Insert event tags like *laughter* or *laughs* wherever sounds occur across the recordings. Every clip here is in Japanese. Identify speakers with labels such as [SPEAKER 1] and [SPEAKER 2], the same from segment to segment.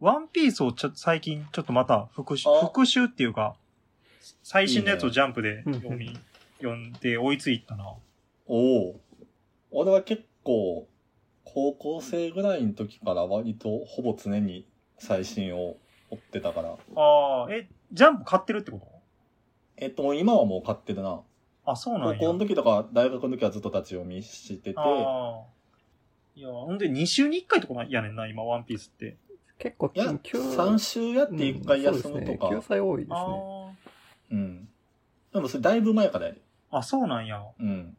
[SPEAKER 1] ワンピースをちょ最近ちょっとまた復習
[SPEAKER 2] あ、
[SPEAKER 1] 復習っていうか、最新のやつ
[SPEAKER 2] いい
[SPEAKER 1] を
[SPEAKER 2] ね
[SPEAKER 1] ジャンプで
[SPEAKER 3] うん
[SPEAKER 1] 読み、読んで追いついたな。
[SPEAKER 2] おお。俺は結構、高校生ぐらいの時から割とほぼ常に最新を追ってたから。
[SPEAKER 1] ああ、え、ジャンプ買ってるってこと
[SPEAKER 2] えっと、もう今はもう買ってるな。
[SPEAKER 1] あ、そうな
[SPEAKER 2] 高
[SPEAKER 1] んや。
[SPEAKER 2] 校の時とか大学の時はずっと立ち読みしてて、
[SPEAKER 1] ああ。いや、ほんで2週に1回とかやねんな、今、ワンピースって。
[SPEAKER 3] 結構、
[SPEAKER 2] いや、
[SPEAKER 3] 急
[SPEAKER 2] 3週やって1回休むとか。
[SPEAKER 3] うんそうですね、救済多いです
[SPEAKER 1] あ
[SPEAKER 3] ね。
[SPEAKER 2] うん。でもそれだいぶ前からやる。
[SPEAKER 1] あ。あ、そうなんや。
[SPEAKER 2] うん。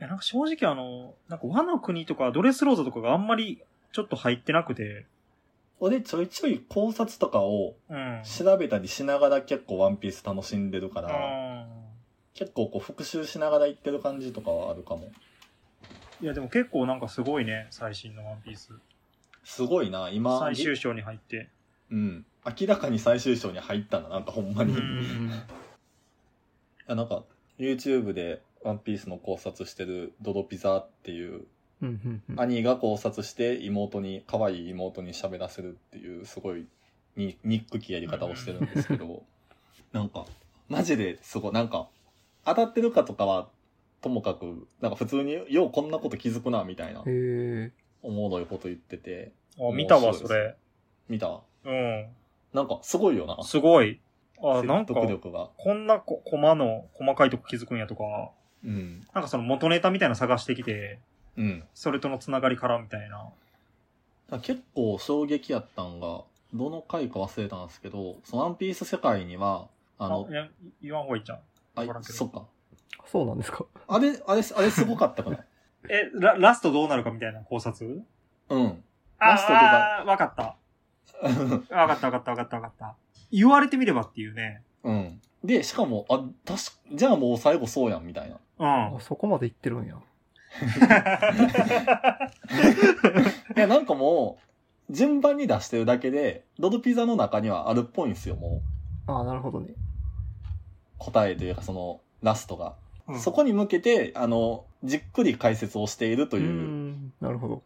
[SPEAKER 1] いや、なんか正直あの、なんか和の国とかドレスローザとかがあんまりちょっと入ってなくて。
[SPEAKER 2] 俺ちょいちょい考察とかを
[SPEAKER 1] うん。
[SPEAKER 2] 調べたりしながら結構ワンピース楽しんでるから、
[SPEAKER 1] あ
[SPEAKER 2] 結構こう復習しながら行ってる感じとかはあるかも。
[SPEAKER 1] ーいや、でも結構なんかすごいね、最新のワンピース。
[SPEAKER 2] すごいな、今。
[SPEAKER 1] 最終章に入って。
[SPEAKER 2] うん。明らかに最終章に入ったな、なんかほんまに。
[SPEAKER 1] う
[SPEAKER 2] い
[SPEAKER 1] ん
[SPEAKER 2] やなんか、YouTube でワンピースの考察してるドドピザっていう、
[SPEAKER 3] うんうんうん
[SPEAKER 2] 兄が考察して妹に、可愛い妹に喋らせるっていう、すごいに、ニックきやり方をしてるんですけど、なんか、マジですごい、なんか、当たってるかとかは、ともかく、なんか普通に、ようこんなこと気づくな、みたいな
[SPEAKER 3] へ、え。
[SPEAKER 2] おもろいこと言ってて、
[SPEAKER 1] あ、見た
[SPEAKER 2] も
[SPEAKER 1] わ、
[SPEAKER 2] うそ
[SPEAKER 1] そう
[SPEAKER 2] で
[SPEAKER 1] れ。
[SPEAKER 2] 見た
[SPEAKER 1] う
[SPEAKER 2] なんか、すごいよな。
[SPEAKER 1] ん。すごい。あ、なん
[SPEAKER 2] 説
[SPEAKER 1] か、
[SPEAKER 2] 得力が。
[SPEAKER 1] こんなこコマの細かいとこ気づくんやとか、
[SPEAKER 2] うん。
[SPEAKER 1] なんかその元ネタみたいなの探してきて、
[SPEAKER 2] うん。
[SPEAKER 1] それとのつながりからみたいな。
[SPEAKER 2] だから結構衝撃やったんが、どの回か忘れたんですけど、そのワンピース世界には、あ
[SPEAKER 1] あ
[SPEAKER 2] の、
[SPEAKER 1] いや言わんほうがいいじゃん。
[SPEAKER 2] あ
[SPEAKER 1] わからんけど
[SPEAKER 2] そっか。
[SPEAKER 3] そうなんですか。
[SPEAKER 2] あれ、あれ、あれすごかったかな *laughs*
[SPEAKER 1] え、ララストどうなるかみたいな考察
[SPEAKER 2] うん。 *laughs*
[SPEAKER 1] あ
[SPEAKER 2] ラストとか
[SPEAKER 1] あー、わかった。わかったわかったわかったわかった。言われてみればっていうね。
[SPEAKER 2] うん。で、しかも、あ、確か、じゃあもう最後そうやん、みたいな。
[SPEAKER 1] うん。
[SPEAKER 3] あそこまで行ってるんや。
[SPEAKER 2] いや、なんかもう、順番に出してるだけで、ドドピザの中にはあるっぽいんですよ、もう。
[SPEAKER 3] ああ、なるほどね。
[SPEAKER 2] 答えというか、その、ラストが。
[SPEAKER 1] *laughs* うん
[SPEAKER 2] そこに向けて、あの、じっくり解説をしていると
[SPEAKER 3] う。
[SPEAKER 2] いうん
[SPEAKER 3] なるほど。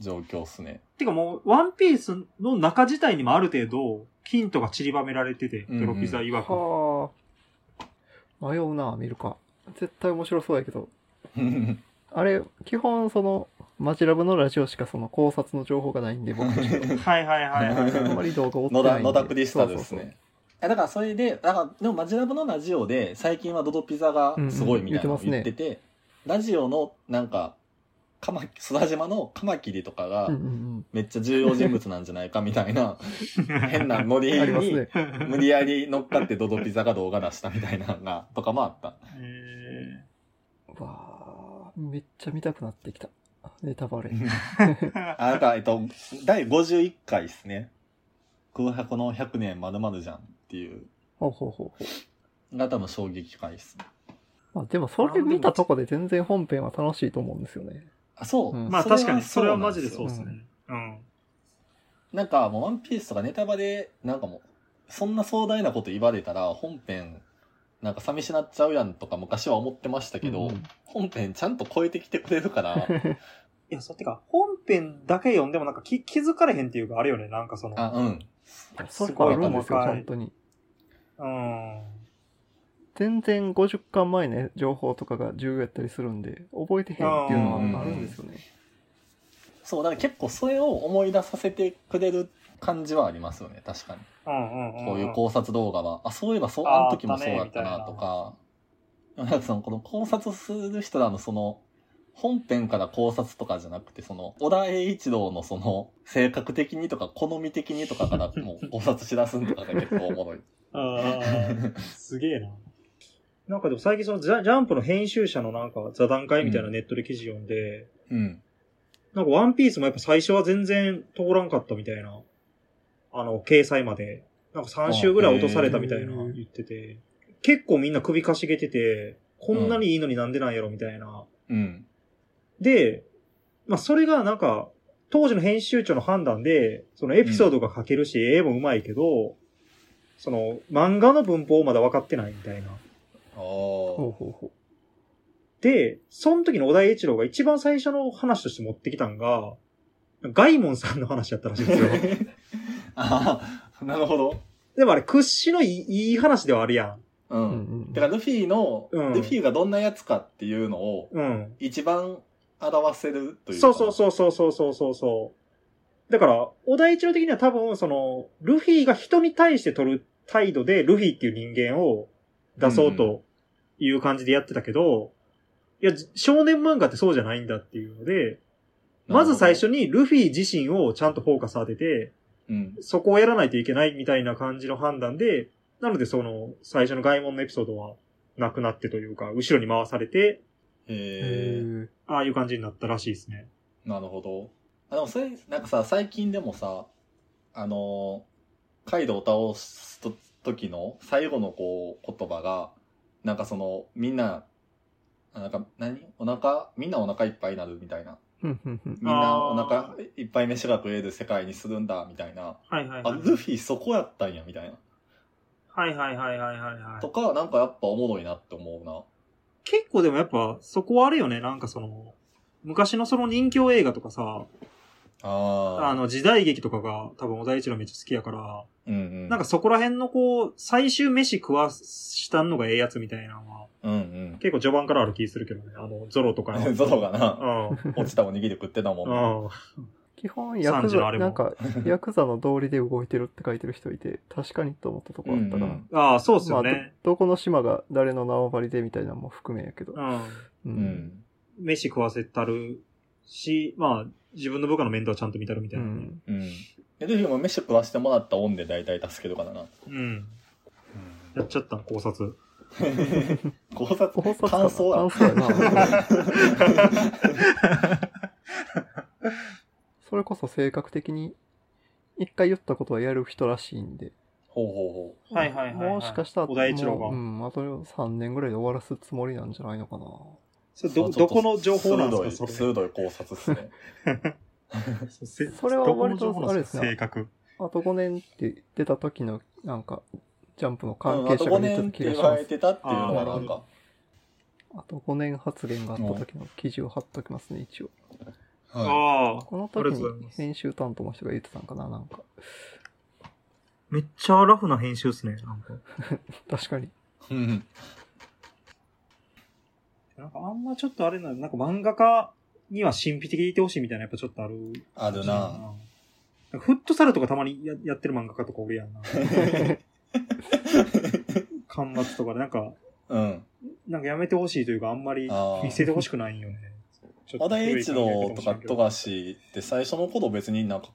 [SPEAKER 2] 状況っ
[SPEAKER 1] *laughs*
[SPEAKER 2] すね。 *laughs*
[SPEAKER 1] てかもう、ワンピースの中自体にもある程度、ヒントが散りばめられてて、
[SPEAKER 2] うんうん
[SPEAKER 1] ドロピザ曰く。
[SPEAKER 3] はあ。迷うな、見るか。絶対面白そうやけど。あれ、基本、その、マチラブのラジオしかその考察の情報がないんで、僕としては
[SPEAKER 1] はいはいはいはい。
[SPEAKER 3] *laughs* あんまり動画追って
[SPEAKER 2] 野
[SPEAKER 3] ない
[SPEAKER 2] 田、
[SPEAKER 3] んで。
[SPEAKER 2] 野田クリスタルです
[SPEAKER 3] そうそうそう
[SPEAKER 2] ね。いやだからそれで、だからでもマジラブのラジオで最近はドドピザがすごいみたいなのを
[SPEAKER 3] うんうん
[SPEAKER 2] 言ってて、ラジオのなんか、カマ須田島のカマキリとかが
[SPEAKER 3] うんうん
[SPEAKER 2] めっちゃ重要人物なんじゃないかみたい
[SPEAKER 3] *laughs*
[SPEAKER 2] な変なノリ
[SPEAKER 3] うん。あります
[SPEAKER 2] に
[SPEAKER 3] ね。
[SPEAKER 2] 無理やり乗っかってドドピザが動画出したみたいなのがとかもあ
[SPEAKER 3] *laughs*
[SPEAKER 2] った。
[SPEAKER 1] え
[SPEAKER 3] わあ、めっちゃ見たくなってきた。ネタバレ。
[SPEAKER 1] ー
[SPEAKER 2] あ、だからえっと、第51回ですね。空白の100年まるじゃんっていう、
[SPEAKER 3] ほうほうほうほう。
[SPEAKER 2] が多分衝撃回ですね。
[SPEAKER 3] まあでもそれ見たとこで全然本編は楽しいと思うんですよね。
[SPEAKER 2] あ、そう。 *laughs*
[SPEAKER 3] うん
[SPEAKER 1] まあ確かに、それは
[SPEAKER 2] うなん
[SPEAKER 1] マジです
[SPEAKER 2] よ
[SPEAKER 1] そうですね。うん。
[SPEAKER 2] なんかもうワンピースとかネタバレ、なんかもう、そんな壮大なこと言われたら、本編、なんか寂しなっちゃうやんとか昔は思ってましたけど、
[SPEAKER 3] うん
[SPEAKER 2] 本編ちゃんと超えてきてくれる
[SPEAKER 3] *laughs*
[SPEAKER 2] から、
[SPEAKER 1] いや、そう、てか、本編だけ読んでもなんか気気づかれへんっていうか、あれよね、なんかその。
[SPEAKER 2] あ、うん。
[SPEAKER 3] そ
[SPEAKER 1] す
[SPEAKER 3] こ
[SPEAKER 1] ご
[SPEAKER 3] あ
[SPEAKER 1] い
[SPEAKER 3] るんですよ、
[SPEAKER 1] 細かい
[SPEAKER 3] 本当に。
[SPEAKER 1] うん。
[SPEAKER 3] 全然50巻前の情報とかが重要やったりするんで、覚えてへんっていうのはあるんですよね。
[SPEAKER 2] そう、だから結構それを思い出させてくれる感じはありますよね、確かに。
[SPEAKER 1] うんうんうん。
[SPEAKER 2] こういう考察動画は、あ、そういえばそう、
[SPEAKER 1] あー
[SPEAKER 2] あの時もそうだったなとか、なんかその、この考察する人らのその、本編から考察とかじゃなくて、その、小田栄一郎のその、性格的にとか、好み的にとかから、もう考察しだすんと
[SPEAKER 1] *laughs*
[SPEAKER 2] かが結構おもろい。
[SPEAKER 1] ああ、すげえな。なんかでも最近そのジャジャンプの編集者のなんか座談会みたいなネットで記事読んで、
[SPEAKER 2] うん。
[SPEAKER 1] なんかワンピースもやっぱ最初は全然通らんかったみたいな、あの、掲載まで、なんか3週ぐらい落とされたみたいな
[SPEAKER 3] あへえ
[SPEAKER 1] 言ってて、結構みんな首かしげてて、こんなにいいのになんでなんやろみたいな。
[SPEAKER 2] うん。
[SPEAKER 1] で、まあそれがなんか、当時の編集長の判断で、そのエピソードが書けるし、絵も上手いけど、その漫画の文法まだ分かってないみたいな。
[SPEAKER 2] あ
[SPEAKER 3] ほう
[SPEAKER 2] ー
[SPEAKER 3] ほうほ
[SPEAKER 1] で、その時の小田栄一郎が一番最初の話として持ってきたんが、ガイモンさんの話やったらしいんですよ。
[SPEAKER 2] ああ、なるほど。
[SPEAKER 1] でもあれ屈指のいいいい話ではあるや
[SPEAKER 2] う。
[SPEAKER 3] うんん
[SPEAKER 2] だからルフィの、
[SPEAKER 1] うん
[SPEAKER 2] ルフィがどんなやつかっていうのを
[SPEAKER 1] ん。うん。
[SPEAKER 2] 一番表せるという
[SPEAKER 1] そうそう
[SPEAKER 2] う。
[SPEAKER 1] そうそうそうそうそうそう。だから、小田一郎的には多分、その、ルフィが人に対して取る態度で、ルフィっていう人間を出そうという感じでやってたけど、いや、少年漫画ってそうじゃないんだっていうので、まず最初にルフィ自身をちゃんとフォーカス当てて、
[SPEAKER 2] うん。
[SPEAKER 1] そこをやらないといけないみたいな感じの判断で、なのでその、最初の外門のエピソードはなくなってというか、後ろに回されて、
[SPEAKER 2] えー、
[SPEAKER 3] へ
[SPEAKER 1] ああいう感じになったらしいですね。
[SPEAKER 2] なるほど。あ、でもそれ、なんかさ、最近でもさ、あのーカイドウを倒すと時の最後のこう、言葉が、なんかその、みんな、あなんか、何お腹、みんなお腹いっぱいになるみたいな。
[SPEAKER 3] ーうんうんうん
[SPEAKER 2] みんな
[SPEAKER 1] あ
[SPEAKER 2] お
[SPEAKER 1] ー
[SPEAKER 2] 腹いっぱい飯が食える世界にするんだ、みたいな。
[SPEAKER 1] はいはい
[SPEAKER 2] あ、ルフィそこやったんや、みたいな。
[SPEAKER 1] はいはいはいはいはいは
[SPEAKER 2] とか、なんかやっぱおもろいなって思うな。
[SPEAKER 1] 結構でもやっぱ、そこはあれよね、なんかその、昔のその人形映画とかさ、
[SPEAKER 2] ああ。
[SPEAKER 1] あ、の時代劇とかが多分小田一郎めっちゃ好きやから、
[SPEAKER 2] うんうん。
[SPEAKER 1] なんか、そこら辺のこう、最終飯食わしたんのがええやつみたいなのは、
[SPEAKER 2] うん
[SPEAKER 1] 結構序盤からある気するけどね、あの、ゾロとか
[SPEAKER 2] う
[SPEAKER 1] の。
[SPEAKER 2] ん。 *laughs* ゾロがな、
[SPEAKER 1] うん。
[SPEAKER 2] 落ちたおにぎり食ってたもんな。
[SPEAKER 1] うん。
[SPEAKER 3] 基本ヤク
[SPEAKER 1] 30のあ
[SPEAKER 3] ザ
[SPEAKER 1] れも
[SPEAKER 3] なんか *laughs* ヤクザの道理で動いてるって書いてる人いて確かにと思ったとこあったな、
[SPEAKER 2] うんうん
[SPEAKER 1] ああ、そうっす
[SPEAKER 3] ま
[SPEAKER 1] よ
[SPEAKER 3] あど
[SPEAKER 1] ね。
[SPEAKER 3] どこの島が誰の縄張りでみたいなのも含めやけど、う
[SPEAKER 2] う、ん。
[SPEAKER 1] うん。飯食わせたるし、まあ、自分の部下の面倒はちゃんと見たるみた
[SPEAKER 3] う
[SPEAKER 1] いなね。
[SPEAKER 3] ん
[SPEAKER 2] うん。で、ルフィも飯食わしてもらった恩で大体助けるからな。
[SPEAKER 1] うん。やっちゃった、考察。
[SPEAKER 2] 考察、
[SPEAKER 3] 考察かな
[SPEAKER 2] 感想
[SPEAKER 3] 感
[SPEAKER 2] は
[SPEAKER 3] 想や
[SPEAKER 2] *laughs*
[SPEAKER 3] なそれこそ性格的に一回言ったことはやる人らしいんで
[SPEAKER 2] ほうほ *laughs*
[SPEAKER 1] はいはいはいはい
[SPEAKER 3] もしかしたら
[SPEAKER 1] 小田一郎が
[SPEAKER 3] もううん、あと3年ぐらいで終わらすつもりなんじゃないのかな
[SPEAKER 1] *laughs* そうれ
[SPEAKER 2] ほ
[SPEAKER 1] ど、
[SPEAKER 2] う。
[SPEAKER 1] どこの情報なんですか
[SPEAKER 2] 鋭い、
[SPEAKER 1] それ。
[SPEAKER 2] 鋭い考察っすね。
[SPEAKER 1] せ
[SPEAKER 3] それは割と
[SPEAKER 1] どこの情報なんか
[SPEAKER 3] あれですね
[SPEAKER 1] 性格。
[SPEAKER 3] あと5年って出た時のなんかジャンプの *laughs* 関
[SPEAKER 2] うんあ
[SPEAKER 3] 係
[SPEAKER 2] と
[SPEAKER 3] 者
[SPEAKER 2] 5
[SPEAKER 3] が出
[SPEAKER 2] 年
[SPEAKER 3] て
[SPEAKER 2] ったて
[SPEAKER 3] 気が
[SPEAKER 2] 言
[SPEAKER 3] し
[SPEAKER 2] わ
[SPEAKER 3] ま
[SPEAKER 2] れ
[SPEAKER 3] す
[SPEAKER 2] てたっていうのはなんか、
[SPEAKER 3] あと5年発言があった時の記事を貼っときますね一応
[SPEAKER 2] は
[SPEAKER 1] ああ、
[SPEAKER 3] この
[SPEAKER 1] あり
[SPEAKER 3] 時
[SPEAKER 1] がとうござい
[SPEAKER 3] に
[SPEAKER 1] ます
[SPEAKER 3] 編集担当の人が言ってたんかななんか
[SPEAKER 1] めっちゃラフな編集っすね。なんか、
[SPEAKER 3] 確かに
[SPEAKER 2] い。 *laughs* うん
[SPEAKER 1] なんかあんまちょっとあれな、なんか漫画家には神秘的でいてほしいみたいな、やっぱちょっとある。
[SPEAKER 2] あるな。
[SPEAKER 1] なんかフットサルとかたまにややってる漫画家とかおる
[SPEAKER 2] *laughs*
[SPEAKER 1] やんな。巻末とかで、なんか、
[SPEAKER 2] うん。
[SPEAKER 1] なんかやめてほしいというか、あんまり
[SPEAKER 2] あー
[SPEAKER 1] 見せてほしくないんよね。ちょっ
[SPEAKER 2] 和
[SPEAKER 1] と
[SPEAKER 2] 田栄一郎とか
[SPEAKER 1] 古い考え方
[SPEAKER 2] 富
[SPEAKER 1] もし
[SPEAKER 2] 樫って最初の頃別になんか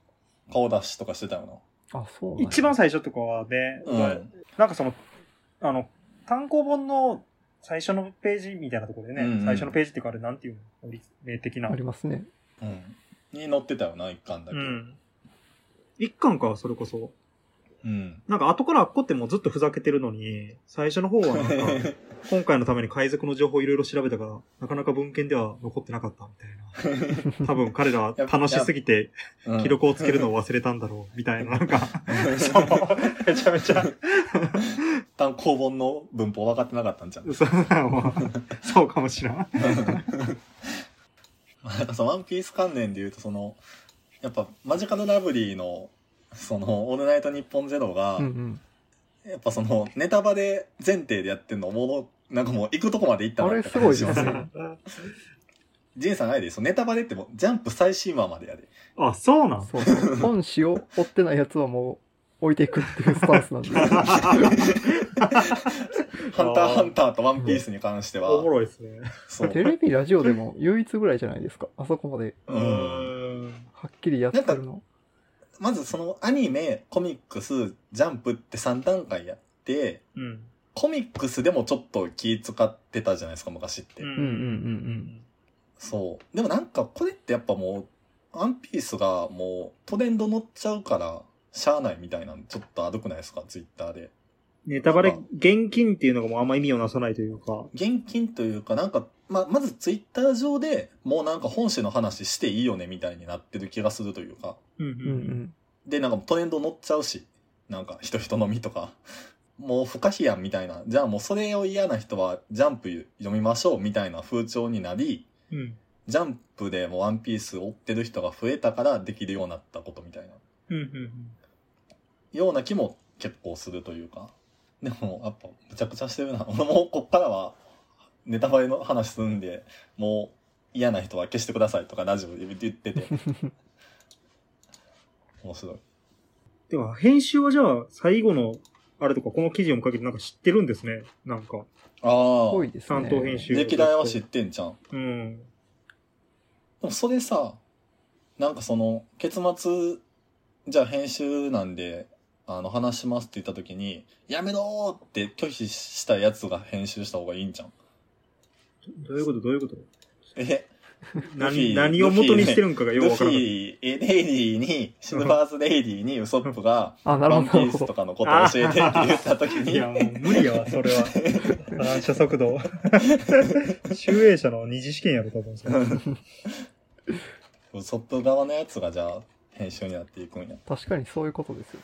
[SPEAKER 2] 顔出しとかしてたよ
[SPEAKER 3] あそう
[SPEAKER 1] れ
[SPEAKER 3] なん
[SPEAKER 1] んけど
[SPEAKER 3] や
[SPEAKER 1] 一番最初とかはね、
[SPEAKER 2] な。うん。
[SPEAKER 1] なんかその、あの、単行本の最初のページみたいなところでね、
[SPEAKER 2] うんうん
[SPEAKER 1] 最初のページっていうかあれなんていうの立命的な。
[SPEAKER 3] ありますね
[SPEAKER 2] うん。に乗ってたよな、一巻だ
[SPEAKER 1] う
[SPEAKER 2] け。
[SPEAKER 1] ん。一巻か、それこそ。
[SPEAKER 2] うん。
[SPEAKER 1] なんか後からあっこってもうずっとふざけてるのに、最初の方はなんか、今回のために海賊の情報いろいろ調べたから、なかなか文献では残ってなかったみたいな。多分彼らは楽しすぎて
[SPEAKER 2] うん
[SPEAKER 1] 記録をつけるのを忘れたんだろう、みたいな、なんか、そうめちゃめちゃ、
[SPEAKER 2] 単行本の文法分かってなかったんじゃん。
[SPEAKER 1] そうまあそうかもしれん。
[SPEAKER 2] *laughs* まあなんかそのワンピース関連で言うと、その、やっぱマジカルラブリーの、その、オールナイトニッポンゼロが、
[SPEAKER 3] うんうん
[SPEAKER 2] やっぱその、ネタバレ前提でやってんのおもろ、なんかもう行くとこまで行ったなって感じします
[SPEAKER 3] あれすごいですね
[SPEAKER 2] ね。ジンさんあれで、そのネタバレってもうジャンプ最新話までやで。
[SPEAKER 1] あ、そうなん
[SPEAKER 3] そうそう本誌を追ってないやつはもう置いていくっていうスタンスなんで
[SPEAKER 2] ハンターハンターとワンピースに関しては、
[SPEAKER 1] *laughs* おもろいですね。
[SPEAKER 2] そう。
[SPEAKER 3] テレビラジオでも唯一ぐらいじゃないですかあそこまで
[SPEAKER 1] う
[SPEAKER 2] うん。
[SPEAKER 1] ーん。
[SPEAKER 3] はっきりやってるの
[SPEAKER 2] まずそのアニメ、コミックス、ジャンプって3段階やって、
[SPEAKER 1] うん。
[SPEAKER 2] コミックスでもちょっと気使ってたじゃないですか、昔って。
[SPEAKER 1] うん
[SPEAKER 3] うんうんうん
[SPEAKER 2] そう。でもなんかこれってやっぱもう、ワンピースがもうトレンド乗っちゃうから、しゃあないみたいなのちょっとあるくないですか、ツイッターで。
[SPEAKER 1] ネタバレ、現金っていうのがもうあんま意味をなさないというか。
[SPEAKER 2] 現金というかなんか、ま、まずツイッター上でもうなんか本誌の話していいよねみたいになってる気がするというか。
[SPEAKER 1] うんう
[SPEAKER 3] うんうんうん
[SPEAKER 2] で、なんかトレンド乗っちゃうし、なんか人人飲みとか、もう不可避やんみたいな。じゃあもうそれを嫌な人はジャンプ読みましょうみたいな風潮になり、
[SPEAKER 1] うん。
[SPEAKER 2] ジャンプでもうワンピース追ってる人が増えたからできるようになったことみたいな。
[SPEAKER 1] うんうん
[SPEAKER 2] ような気も結構するというか。でも、やっぱ、むちゃくちゃしてるな。 *laughs* 俺も、こっからは、ネタバレの話するんで、もう、嫌な人は消してくださいとか、ラジオで言ってて。面白い。
[SPEAKER 1] では、編集はじゃあ、最後の、あれとか、この記事をかけてなんか知ってるんですね。なんか。
[SPEAKER 2] あ
[SPEAKER 3] 多
[SPEAKER 2] あ、
[SPEAKER 3] いです
[SPEAKER 1] 担
[SPEAKER 3] ね。
[SPEAKER 1] 当編集。
[SPEAKER 2] 歴代は知ってんじゃん。
[SPEAKER 1] うん。
[SPEAKER 2] でもそれさ、なんかその、結末、じゃあ編集なんで、あの、話しますって言った時に、やめろーって拒否したやつが編集した方がいいんじゃん。
[SPEAKER 1] どういうことどういうこと
[SPEAKER 2] え、ルフ
[SPEAKER 1] 何、
[SPEAKER 2] ィ
[SPEAKER 1] 何を元にしてるんかがよう
[SPEAKER 2] ル
[SPEAKER 1] わか
[SPEAKER 2] フ
[SPEAKER 1] らない。
[SPEAKER 2] ィ、レディーに、シルバーズレディーにウソップが、
[SPEAKER 3] あ、なる
[SPEAKER 2] ワン
[SPEAKER 3] ほど
[SPEAKER 2] ピ。
[SPEAKER 3] な
[SPEAKER 2] ー
[SPEAKER 3] るほ
[SPEAKER 2] スと
[SPEAKER 3] ど
[SPEAKER 2] かのことを教えてって言った時に、
[SPEAKER 1] *laughs* いや、もう無理やわ、そ *laughs* れは。反射速 *laughs* 度。集英社の二次試験やろ、多分。それ
[SPEAKER 2] *laughs* ウソップ側のやつがじゃあ、編集になっていくんや。
[SPEAKER 3] 確かにそういうことですよ。